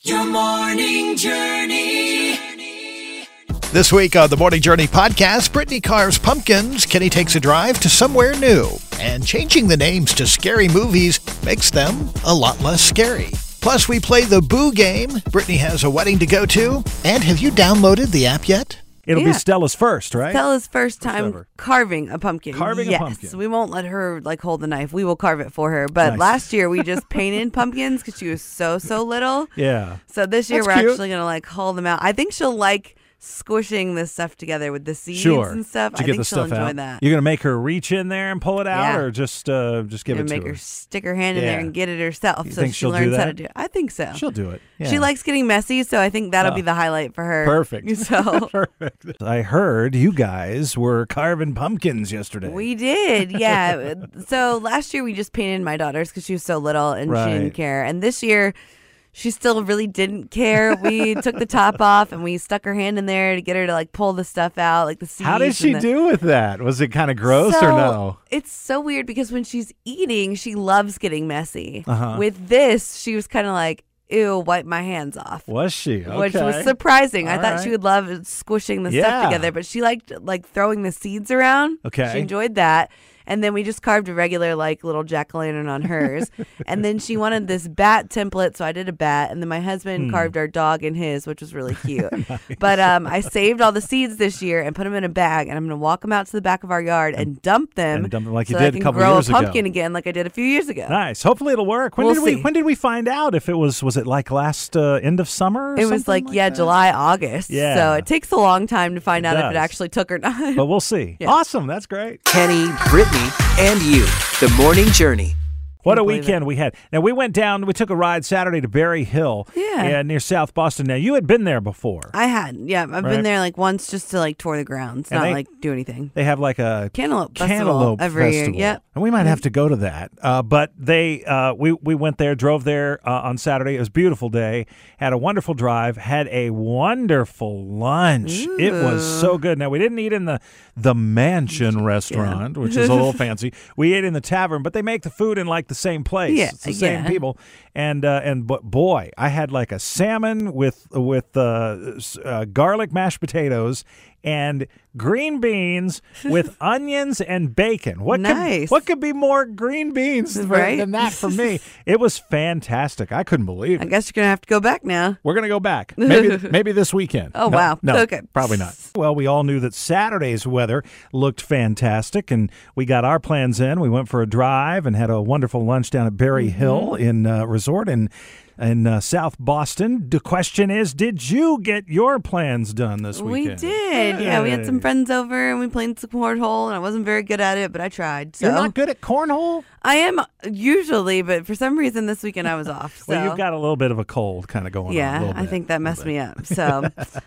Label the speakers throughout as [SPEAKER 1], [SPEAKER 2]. [SPEAKER 1] Your morning journey.
[SPEAKER 2] This week on the Morning Journey podcast, Brittany carves pumpkins, Kenny takes a drive to somewhere new, and changing the names to scary movies makes them a lot less scary. Plus, we play the Boo game. Brittany has a wedding to go to. And have you downloaded the app yet?
[SPEAKER 3] It'll
[SPEAKER 4] Yeah.
[SPEAKER 3] be Stella's first, right?
[SPEAKER 4] Stella's first time
[SPEAKER 3] ever.
[SPEAKER 4] carving a pumpkin.
[SPEAKER 3] Carving a
[SPEAKER 4] yes,
[SPEAKER 3] pumpkin.
[SPEAKER 4] we won't let her like hold the knife. We will carve it for her. But
[SPEAKER 3] Nice.
[SPEAKER 4] last year we just painted pumpkins because she was so so little.
[SPEAKER 3] Yeah.
[SPEAKER 4] So this year
[SPEAKER 3] That's
[SPEAKER 4] we're
[SPEAKER 3] cute.
[SPEAKER 4] actually gonna like haul them out. I think she'll like squishing this stuff together with the seeds
[SPEAKER 3] Sure.
[SPEAKER 4] and stuff.
[SPEAKER 3] To
[SPEAKER 4] I
[SPEAKER 3] get
[SPEAKER 4] think
[SPEAKER 3] the
[SPEAKER 4] she'll
[SPEAKER 3] stuff
[SPEAKER 4] enjoy
[SPEAKER 3] out.
[SPEAKER 4] that.
[SPEAKER 3] You're gonna make her reach in there and pull it out,
[SPEAKER 4] Yeah.
[SPEAKER 3] or just uh, just give
[SPEAKER 4] and
[SPEAKER 3] it to
[SPEAKER 4] make her.
[SPEAKER 3] her.
[SPEAKER 4] stick her hand in
[SPEAKER 3] Yeah.
[SPEAKER 4] there and get it herself,
[SPEAKER 3] You
[SPEAKER 4] so she
[SPEAKER 3] think she'll do
[SPEAKER 4] learns how
[SPEAKER 3] that?
[SPEAKER 4] to do it. I think so.
[SPEAKER 3] She'll do it.
[SPEAKER 4] She
[SPEAKER 3] Yeah.
[SPEAKER 4] likes getting messy, so I think that'll
[SPEAKER 3] Oh.
[SPEAKER 4] be the highlight for her.
[SPEAKER 3] Perfect.
[SPEAKER 4] So
[SPEAKER 3] Perfect. I heard you guys were carving pumpkins yesterday.
[SPEAKER 4] We did, yeah. so last year we just painted my daughter's because she was so little and she
[SPEAKER 3] Right.
[SPEAKER 4] didn't care. And this year, she still really didn't care. We took the top off and we stuck her hand in there to get her to like pull the stuff out, like the seeds.
[SPEAKER 3] How did
[SPEAKER 4] and
[SPEAKER 3] she
[SPEAKER 4] the-
[SPEAKER 3] do with that? Was it kind of gross or
[SPEAKER 4] So,
[SPEAKER 3] no?
[SPEAKER 4] It's so weird because when she's eating, she loves getting messy.
[SPEAKER 3] Uh-huh.
[SPEAKER 4] With this, she was kind of like, "Ew, wipe my hands off."
[SPEAKER 3] Was she? Okay.
[SPEAKER 4] Which was surprising. I
[SPEAKER 3] All
[SPEAKER 4] thought
[SPEAKER 3] right.
[SPEAKER 4] she would love squishing the
[SPEAKER 3] Yeah.
[SPEAKER 4] stuff together, but she liked like throwing the seeds around.
[SPEAKER 3] Okay.
[SPEAKER 4] She enjoyed that. And then we just carved a regular like little jack o' lantern on hers. and then she wanted this bat template, so I did a bat. And then my
[SPEAKER 3] Hmm.
[SPEAKER 4] husband carved our dog in his, which was really cute. But um, I saved all the seeds this year and put them in a bag, and I'm gonna walk them out to the back of our yard and dump them.
[SPEAKER 3] and dump them like
[SPEAKER 4] so
[SPEAKER 3] you
[SPEAKER 4] that I
[SPEAKER 3] did a
[SPEAKER 4] can
[SPEAKER 3] couple
[SPEAKER 4] grow
[SPEAKER 3] years
[SPEAKER 4] a
[SPEAKER 3] ago.
[SPEAKER 4] pumpkin again, like I did a few years ago.
[SPEAKER 3] Nice. Hopefully it'll work. When
[SPEAKER 4] We'll
[SPEAKER 3] did we
[SPEAKER 4] see.
[SPEAKER 3] when did we find out if it was was it like last uh, end of summer? or
[SPEAKER 4] It was
[SPEAKER 3] something
[SPEAKER 4] like, yeah,
[SPEAKER 3] that?
[SPEAKER 4] July, August.
[SPEAKER 3] Yeah.
[SPEAKER 4] So it takes a long time to find
[SPEAKER 3] It
[SPEAKER 4] out if it
[SPEAKER 3] does.
[SPEAKER 4] actually took or not.
[SPEAKER 3] But we'll see.
[SPEAKER 4] Yeah.
[SPEAKER 3] Awesome. That's great.
[SPEAKER 1] Kenny, Brittany, and you. The morning journey.
[SPEAKER 3] What a
[SPEAKER 4] believe
[SPEAKER 3] weekend we had. Now we went down, we took a ride Saturday to Berry Hill.
[SPEAKER 4] Yeah.
[SPEAKER 3] near South Boston. Now you had been there before.
[SPEAKER 4] I hadn't. Yeah, I've
[SPEAKER 3] Right.
[SPEAKER 4] been there like once just to like tour the grounds,
[SPEAKER 3] And
[SPEAKER 4] not
[SPEAKER 3] they-
[SPEAKER 4] like do anything.
[SPEAKER 3] they have like a
[SPEAKER 4] Cantaloupe Festival
[SPEAKER 3] cantaloupe
[SPEAKER 4] every year.
[SPEAKER 3] festival.
[SPEAKER 4] Yep. Mm-hmm.
[SPEAKER 3] And we might have to go to that. Uh, but they uh, we we went there, drove there uh, on Saturday. It was a beautiful day. Had a wonderful drive, had a wonderful lunch. It was so good. Now we didn't eat in the the mansion restaurant, which is a little fancy. We ate in the tavern, but they make the food in like the same place.
[SPEAKER 4] Yeah,
[SPEAKER 3] it's the same
[SPEAKER 4] yeah.
[SPEAKER 3] people. And uh, and but boy, I had like a salmon with with uh, s- uh, garlic mashed potatoes and green beans with onions and bacon. What Could,
[SPEAKER 4] Nice.
[SPEAKER 3] what could be more green beans for-
[SPEAKER 4] Right?
[SPEAKER 3] than that for me? it was fantastic. I couldn't believe
[SPEAKER 4] I
[SPEAKER 3] it.
[SPEAKER 4] guess you're gonna have to go back now.
[SPEAKER 3] We're gonna go back. Maybe maybe this weekend.
[SPEAKER 4] Oh,
[SPEAKER 3] No,
[SPEAKER 4] wow.
[SPEAKER 3] No,
[SPEAKER 4] Okay.
[SPEAKER 3] probably not. Well, we all knew that Saturday's weather looked fantastic, and we got our plans in. We went for a drive and had a wonderful lunch down at Berry
[SPEAKER 4] Mm-hmm.
[SPEAKER 3] Hill in uh, Resort in in uh, South Boston. The question is, did you get your plans done this
[SPEAKER 4] We
[SPEAKER 3] weekend?
[SPEAKER 4] did. Yeah, we had some
[SPEAKER 3] Yay.
[SPEAKER 4] friends over and we played some cornhole, and I wasn't very good at it, but I tried. So
[SPEAKER 3] You're not good at cornhole.
[SPEAKER 4] I am usually, but for some reason this weekend I was off. So.
[SPEAKER 3] Well, you've got a little bit of a cold kind of going on. a
[SPEAKER 4] yeah,
[SPEAKER 3] little
[SPEAKER 4] I
[SPEAKER 3] bit,
[SPEAKER 4] think that
[SPEAKER 3] little
[SPEAKER 4] messed
[SPEAKER 3] bit.
[SPEAKER 4] me up. So,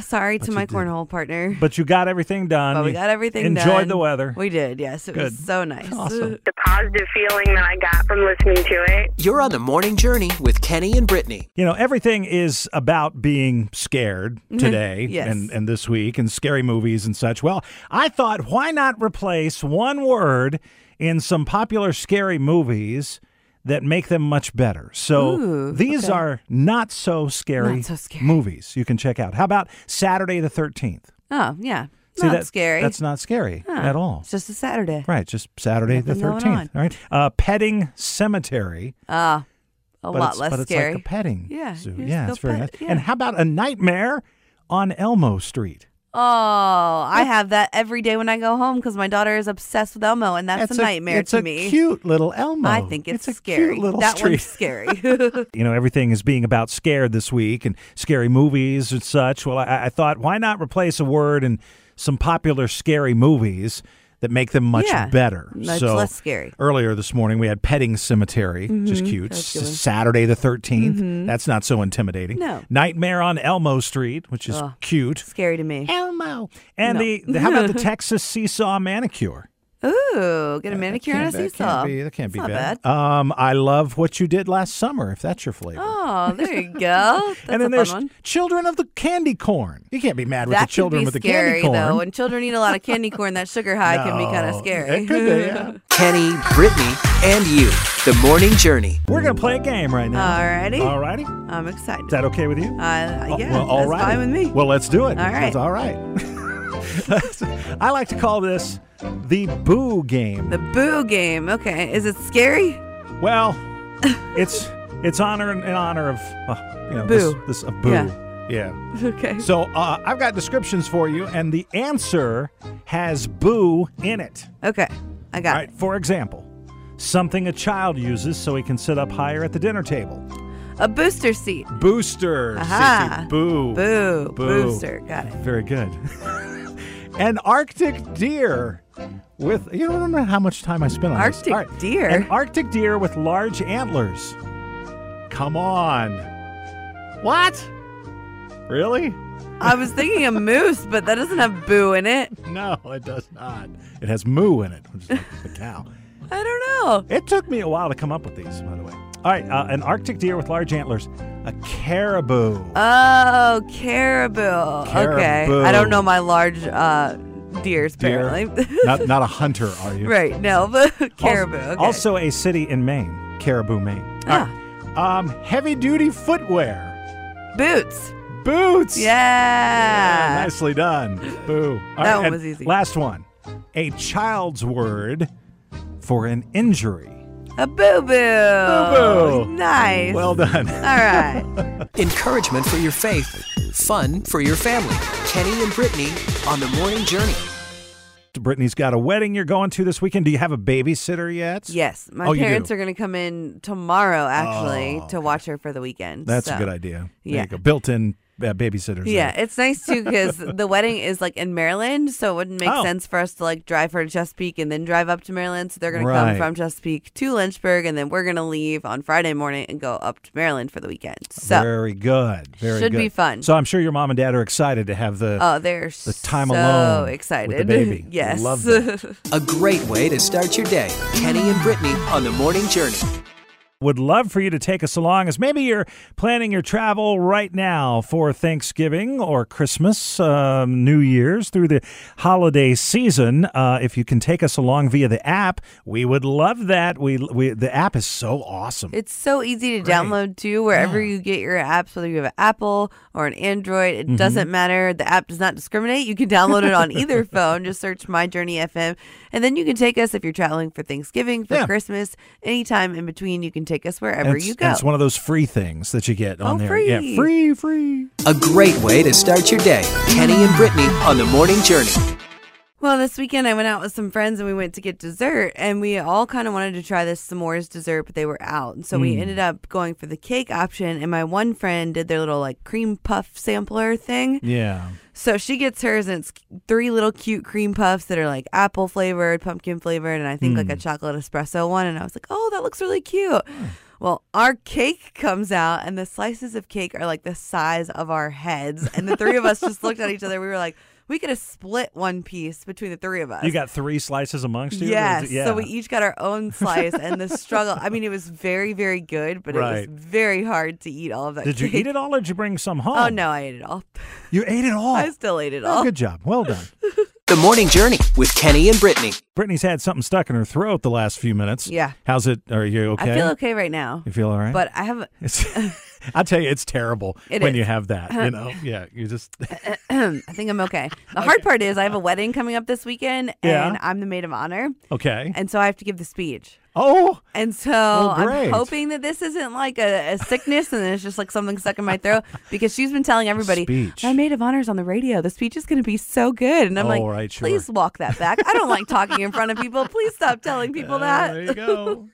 [SPEAKER 4] sorry to
[SPEAKER 3] you
[SPEAKER 4] my
[SPEAKER 3] did.
[SPEAKER 4] cornhole partner.
[SPEAKER 3] But you got everything done.
[SPEAKER 4] But we
[SPEAKER 3] You
[SPEAKER 4] got everything
[SPEAKER 3] Enjoyed
[SPEAKER 4] done.
[SPEAKER 3] the weather.
[SPEAKER 4] We did, yes. It was
[SPEAKER 3] Good.
[SPEAKER 4] so nice.
[SPEAKER 3] Awesome.
[SPEAKER 5] the positive feeling that I got from listening to it.
[SPEAKER 1] You're on the morning journey with Kenny and Brittany.
[SPEAKER 3] You know, everything is about being scared today
[SPEAKER 4] Mm-hmm. Yes.
[SPEAKER 3] and, and this week and scary movies and such. Well, I thought, why not replace one word in some popular scary movies that make them much better? So these are not so scary,
[SPEAKER 4] Not so scary.
[SPEAKER 3] movies you can check out. How about Saturday the 13th?
[SPEAKER 4] Oh, yeah.
[SPEAKER 3] See,
[SPEAKER 4] not
[SPEAKER 3] that-
[SPEAKER 4] scary.
[SPEAKER 3] That's not scary at all.
[SPEAKER 4] It's just a Saturday.
[SPEAKER 3] Right, just Saturday the
[SPEAKER 4] Nothing going
[SPEAKER 3] 13th. All right. Uh, Petting Cemetery.
[SPEAKER 4] Ah, a
[SPEAKER 3] but
[SPEAKER 4] lot
[SPEAKER 3] it's,
[SPEAKER 4] less
[SPEAKER 3] but
[SPEAKER 4] scary.
[SPEAKER 3] It's like a petting
[SPEAKER 4] Yeah,
[SPEAKER 3] zoo.
[SPEAKER 4] you just
[SPEAKER 3] Yeah,
[SPEAKER 4] go
[SPEAKER 3] it's very
[SPEAKER 4] pet-
[SPEAKER 3] nice.
[SPEAKER 4] yeah.
[SPEAKER 3] And how about a nightmare on Elmo Street?
[SPEAKER 4] Oh, I have that every day when I go home because my daughter is obsessed with Elmo, and that's a nightmare
[SPEAKER 3] it's
[SPEAKER 4] to
[SPEAKER 3] a
[SPEAKER 4] me.
[SPEAKER 3] cute little Elmo.
[SPEAKER 4] I think it's,
[SPEAKER 3] a
[SPEAKER 4] scary.
[SPEAKER 3] cute little
[SPEAKER 4] that
[SPEAKER 3] street.
[SPEAKER 4] one's scary.
[SPEAKER 3] you know, everything is being about scared this week and scary movies and such. Well, I, I thought, why not replace a word in some popular scary movies that make them much
[SPEAKER 4] Yeah,
[SPEAKER 3] better?
[SPEAKER 4] much
[SPEAKER 3] so
[SPEAKER 4] less scary. Earlier
[SPEAKER 3] Earlier this morning, we had Petting Cemetery, which is cute.
[SPEAKER 4] that's a good one. Mm-hmm.
[SPEAKER 3] S- Saturday the 13th. That's not so intimidating.
[SPEAKER 4] No.
[SPEAKER 3] Nightmare on Elmo Street, which is
[SPEAKER 4] Ugh.
[SPEAKER 3] cute.
[SPEAKER 4] scary to me.
[SPEAKER 3] Elmo. And
[SPEAKER 4] No.
[SPEAKER 3] the, the- how about the Texas Seesaw Manicure?
[SPEAKER 4] Ooh, get a manicure and a
[SPEAKER 6] Can't- that
[SPEAKER 4] seesaw.
[SPEAKER 6] Can't be, that can't be
[SPEAKER 4] That's not
[SPEAKER 6] bad. Um, I love what you did last summer. If that's your flavor.
[SPEAKER 4] Oh, there you go. That's
[SPEAKER 6] and then
[SPEAKER 4] a
[SPEAKER 6] there's
[SPEAKER 4] fun one.
[SPEAKER 6] children of the candy corn. You can't be mad with
[SPEAKER 4] that
[SPEAKER 6] the children
[SPEAKER 4] could be
[SPEAKER 6] with the candy
[SPEAKER 4] scary
[SPEAKER 6] corn.
[SPEAKER 4] though. When children eat a lot of candy corn, that sugar high can be kind of
[SPEAKER 6] No,
[SPEAKER 4] scary.
[SPEAKER 6] it could be, yeah.
[SPEAKER 1] Kenny, Brittany, and you. The morning journey.
[SPEAKER 3] We're going to play a game right now.
[SPEAKER 4] Alrighty,
[SPEAKER 3] All righty. Is
[SPEAKER 4] I'm excited.
[SPEAKER 3] that okay with you?
[SPEAKER 4] uh,
[SPEAKER 6] Oh,
[SPEAKER 4] yeah,
[SPEAKER 6] well, all
[SPEAKER 4] that's
[SPEAKER 6] righty.
[SPEAKER 4] fine with me.
[SPEAKER 6] Well, let's do it.
[SPEAKER 4] All right.
[SPEAKER 6] It's all right. I like to call this the boo game.
[SPEAKER 4] the boo game. Okay, is it scary?
[SPEAKER 6] Well,
[SPEAKER 3] It's it's honor in honor of uh, you know
[SPEAKER 4] Boo.
[SPEAKER 3] this, this of boo.
[SPEAKER 4] Yeah.
[SPEAKER 6] yeah.
[SPEAKER 4] Okay.
[SPEAKER 6] So uh, I've got descriptions for you, and the answer has boo in it.
[SPEAKER 4] Okay, I
[SPEAKER 6] All
[SPEAKER 4] got
[SPEAKER 6] right. For example,
[SPEAKER 3] Something a child uses so he can sit up higher at the dinner table.
[SPEAKER 4] it. A booster seat.
[SPEAKER 6] boosters.
[SPEAKER 4] Aha.
[SPEAKER 6] Sissy, boo.
[SPEAKER 4] Boo.
[SPEAKER 6] Boo.
[SPEAKER 4] Booster. Got it.
[SPEAKER 6] Very good. An Arctic deer with you don't remember how much time I spent on this.
[SPEAKER 4] Arctic
[SPEAKER 6] All right.
[SPEAKER 4] deer?
[SPEAKER 6] An Arctic deer with large antlers. Come on. What? Really?
[SPEAKER 4] I was thinking a moose, but that doesn't have boo in it.
[SPEAKER 6] No, it does not. It has moo in it, which is like the cow.
[SPEAKER 4] I don't know.
[SPEAKER 6] It took me a while to come up
[SPEAKER 3] Up with these, by the way. All right, uh, an Arctic deer with large antlers, a caribou.
[SPEAKER 4] Oh, caribou. Okay. I
[SPEAKER 6] Caribou.
[SPEAKER 4] don't know my large uh, deers,
[SPEAKER 6] deer.
[SPEAKER 4] apparently.
[SPEAKER 6] not not a hunter, are you?
[SPEAKER 4] right, no, but caribou.
[SPEAKER 3] Also,
[SPEAKER 4] Okay.
[SPEAKER 3] also a city in Maine, Caribou, Maine.
[SPEAKER 4] ah,
[SPEAKER 6] Um, heavy duty footwear.
[SPEAKER 4] boots.
[SPEAKER 6] Boots. uh, Yeah,
[SPEAKER 4] Yeah.
[SPEAKER 6] nicely done. Boo. All
[SPEAKER 4] That one
[SPEAKER 6] and
[SPEAKER 4] was easy.
[SPEAKER 6] Last one. A child's word for an injury.
[SPEAKER 4] A boo boo.
[SPEAKER 6] Boo-boo.
[SPEAKER 4] Oh, Nice.
[SPEAKER 6] Well done.
[SPEAKER 4] All right.
[SPEAKER 1] Encouragement for your faith. Fun for your family. Kenny and Brittany on the morning journey.
[SPEAKER 3] Brittany's got a wedding you're going to this weekend. Do you have a babysitter yet?
[SPEAKER 4] Yes, my
[SPEAKER 6] Oh, you
[SPEAKER 4] parents
[SPEAKER 6] do. Oh,
[SPEAKER 4] are going to come in tomorrow, actually, to watch her for the weekend.
[SPEAKER 6] That's
[SPEAKER 4] so.
[SPEAKER 6] a good idea. There
[SPEAKER 4] yeah.
[SPEAKER 6] you go. Built-in uh, babysitters.
[SPEAKER 4] Yeah,
[SPEAKER 6] there.
[SPEAKER 4] it's nice too because the wedding is like in Maryland, so it wouldn't make
[SPEAKER 6] Oh.
[SPEAKER 4] sense for us to like drive her to Chesapeake and then drive up to Maryland. So they're gonna
[SPEAKER 6] Right.
[SPEAKER 4] come from Chesapeake to Lynchburg, and then we're gonna leave on Friday morning and go up to Maryland for the weekend. So
[SPEAKER 6] Very good. Very
[SPEAKER 4] Should
[SPEAKER 6] good.
[SPEAKER 4] be fun.
[SPEAKER 6] So I'm sure your mom and dad are excited to have the
[SPEAKER 4] oh, they're
[SPEAKER 6] the time
[SPEAKER 4] so
[SPEAKER 6] alone with the
[SPEAKER 4] excited.
[SPEAKER 6] baby.
[SPEAKER 4] yes,
[SPEAKER 6] Love that.
[SPEAKER 1] A great way to start your day. Kenny and Brittany on the morning journey.
[SPEAKER 3] Would love for you to take us along as maybe you're planning your travel right now for Thanksgiving or Christmas, um, New Year's, through the holiday season. Uh, if you can take us along via the app, we would love that. We, we the app is so awesome.
[SPEAKER 4] It's so easy to download too, wherever you get your apps, whether you have an Apple or an Android,
[SPEAKER 6] Mm-hmm.
[SPEAKER 4] it doesn't matter. The app does not discriminate. You can download it on either phone. Just search My Journey FM. And then you can take us if you're traveling for Thanksgiving, for
[SPEAKER 6] Yeah.
[SPEAKER 4] Christmas, anytime in between, you can take us
[SPEAKER 6] And
[SPEAKER 4] wherever
[SPEAKER 6] it's,
[SPEAKER 4] you
[SPEAKER 6] and
[SPEAKER 4] go.
[SPEAKER 6] it's one of those free things that you get on
[SPEAKER 4] Oh,
[SPEAKER 6] there. Yeah, free,
[SPEAKER 4] free.
[SPEAKER 6] free.
[SPEAKER 1] A great way to start your day. Kenny and Brittany on the morning journey.
[SPEAKER 4] Well, this weekend I went out with some friends and we went to get dessert, and we all kind of wanted to try this s'mores dessert, but they were out, and so we ended up going for the cake option. And my one friend did their little like cream puff sampler thing,
[SPEAKER 6] Yeah.
[SPEAKER 4] so she gets hers, and it's three little cute cream puffs that are like apple flavored, pumpkin flavored, and I think
[SPEAKER 3] Hmm.
[SPEAKER 4] like a chocolate espresso one. And I was like, oh, that looks really cute. Well, our cake comes out, and the slices of cake are like the size of our heads. And the three of us just looked at each other. We were like, we could have split one piece between the three of us.
[SPEAKER 3] you got three slices amongst you?
[SPEAKER 4] Yes.
[SPEAKER 3] Yeah.
[SPEAKER 4] So we each got our own slice, and the struggle. I mean, it was very, very good, but
[SPEAKER 6] Right.
[SPEAKER 4] it was very hard to eat all of that.
[SPEAKER 3] did you
[SPEAKER 4] cake.
[SPEAKER 3] eat it all or did you bring some home?
[SPEAKER 4] Oh no, I ate it all.
[SPEAKER 6] You ate it all.
[SPEAKER 4] I still ate it all.
[SPEAKER 6] Oh, good job. Well done.
[SPEAKER 1] The morning journey with Kenny and Brittany.
[SPEAKER 6] Brittany's had something stuck in her throat the last few minutes.
[SPEAKER 4] Yeah.
[SPEAKER 6] How's it? Are you okay?
[SPEAKER 4] I feel okay right now,
[SPEAKER 6] You feel all right?
[SPEAKER 4] but I have
[SPEAKER 6] It's- I tell you, it's terrible
[SPEAKER 4] It
[SPEAKER 6] when
[SPEAKER 4] is.
[SPEAKER 6] you have that. You know, yeah, you just
[SPEAKER 4] I think I'm okay. The hard part is I have a wedding coming up this weekend, and
[SPEAKER 6] Yeah.
[SPEAKER 4] I'm the maid of honor,
[SPEAKER 6] okay.
[SPEAKER 4] and so I have to give the speech.
[SPEAKER 6] oh,
[SPEAKER 4] And so
[SPEAKER 6] great.
[SPEAKER 4] I'm hoping that this isn't like a, a sickness, and it's just like something stuck in my throat because she's been telling everybody,
[SPEAKER 6] Speech.
[SPEAKER 4] "My maid of honor's on the radio. The speech is going to be so good." And I'm
[SPEAKER 6] Oh,
[SPEAKER 4] like,
[SPEAKER 6] right, sure.
[SPEAKER 4] "Please walk that back. I don't like talking in front of people. Please stop telling people
[SPEAKER 6] there
[SPEAKER 4] that."
[SPEAKER 6] you go.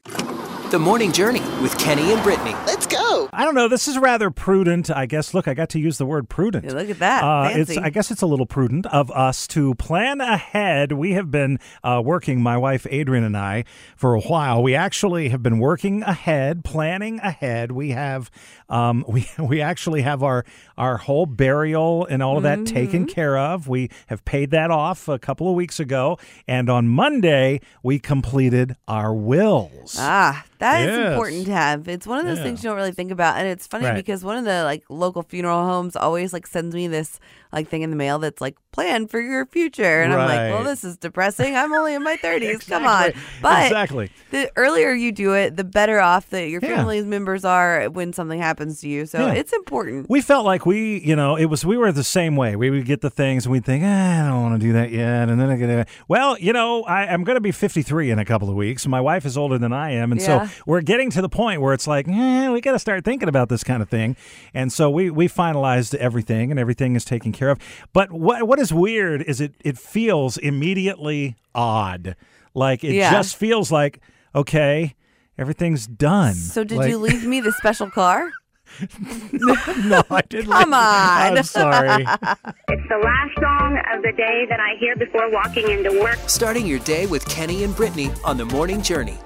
[SPEAKER 1] The morning journey with Kenny and Brittany.
[SPEAKER 2] Let's go.
[SPEAKER 7] go.
[SPEAKER 3] I don't know. This is rather prudent, I guess. Look, I got to use the word prudent.
[SPEAKER 4] Yeah, look at that.
[SPEAKER 3] Uh, it's,
[SPEAKER 4] Fancy.
[SPEAKER 3] I guess it's a little prudent of us to plan ahead. We have been uh, working, my wife Adrian and I, for a while. We actually have been working ahead, planning ahead. We have, um, we we actually have our our whole burial and all of
[SPEAKER 4] Mm-hmm.
[SPEAKER 3] that taken care of. We have paid that off a couple of weeks ago, and on Monday we completed our wills.
[SPEAKER 4] Ah, that is
[SPEAKER 3] Yes.
[SPEAKER 4] important to have. It's one of those things you don't really think about, and it's funny
[SPEAKER 3] Right.
[SPEAKER 4] because one of the like local funeral homes always like sends me this like thing in the mail that's like plan for your future, and I'm like, well,
[SPEAKER 3] Right.
[SPEAKER 4] this is depressing. I'm only in my 30s. Come on, but
[SPEAKER 3] exactly.
[SPEAKER 4] the earlier you do it, the better off that your
[SPEAKER 3] Yeah.
[SPEAKER 4] family's members are when something happens to you. So
[SPEAKER 3] Yeah.
[SPEAKER 4] it's important.
[SPEAKER 3] We felt like we, you know, it was we were the same way. We would get the things and we'd think, eh, I don't want to do that yet, and then I get, well, you know, I, I'm going to be 53 in a couple of weeks. My wife is older than I am, and
[SPEAKER 4] Yeah.
[SPEAKER 3] so we're getting to the point where it's like, eh, we got to start thinking about this kind of thing. And so we we finalized everything, and everything is taken care of. But what what is weird is it it feels immediately odd, like it
[SPEAKER 4] Yeah.
[SPEAKER 3] just feels like okay, everything's done.
[SPEAKER 4] so did
[SPEAKER 3] Like-
[SPEAKER 4] you leave me the special car?
[SPEAKER 3] no, I didn't.
[SPEAKER 4] Come on.
[SPEAKER 3] I'm sorry.
[SPEAKER 5] It's the last song of the day that I hear before walking into work.
[SPEAKER 1] Starting your day with Kenny and Brittany on the morning journey.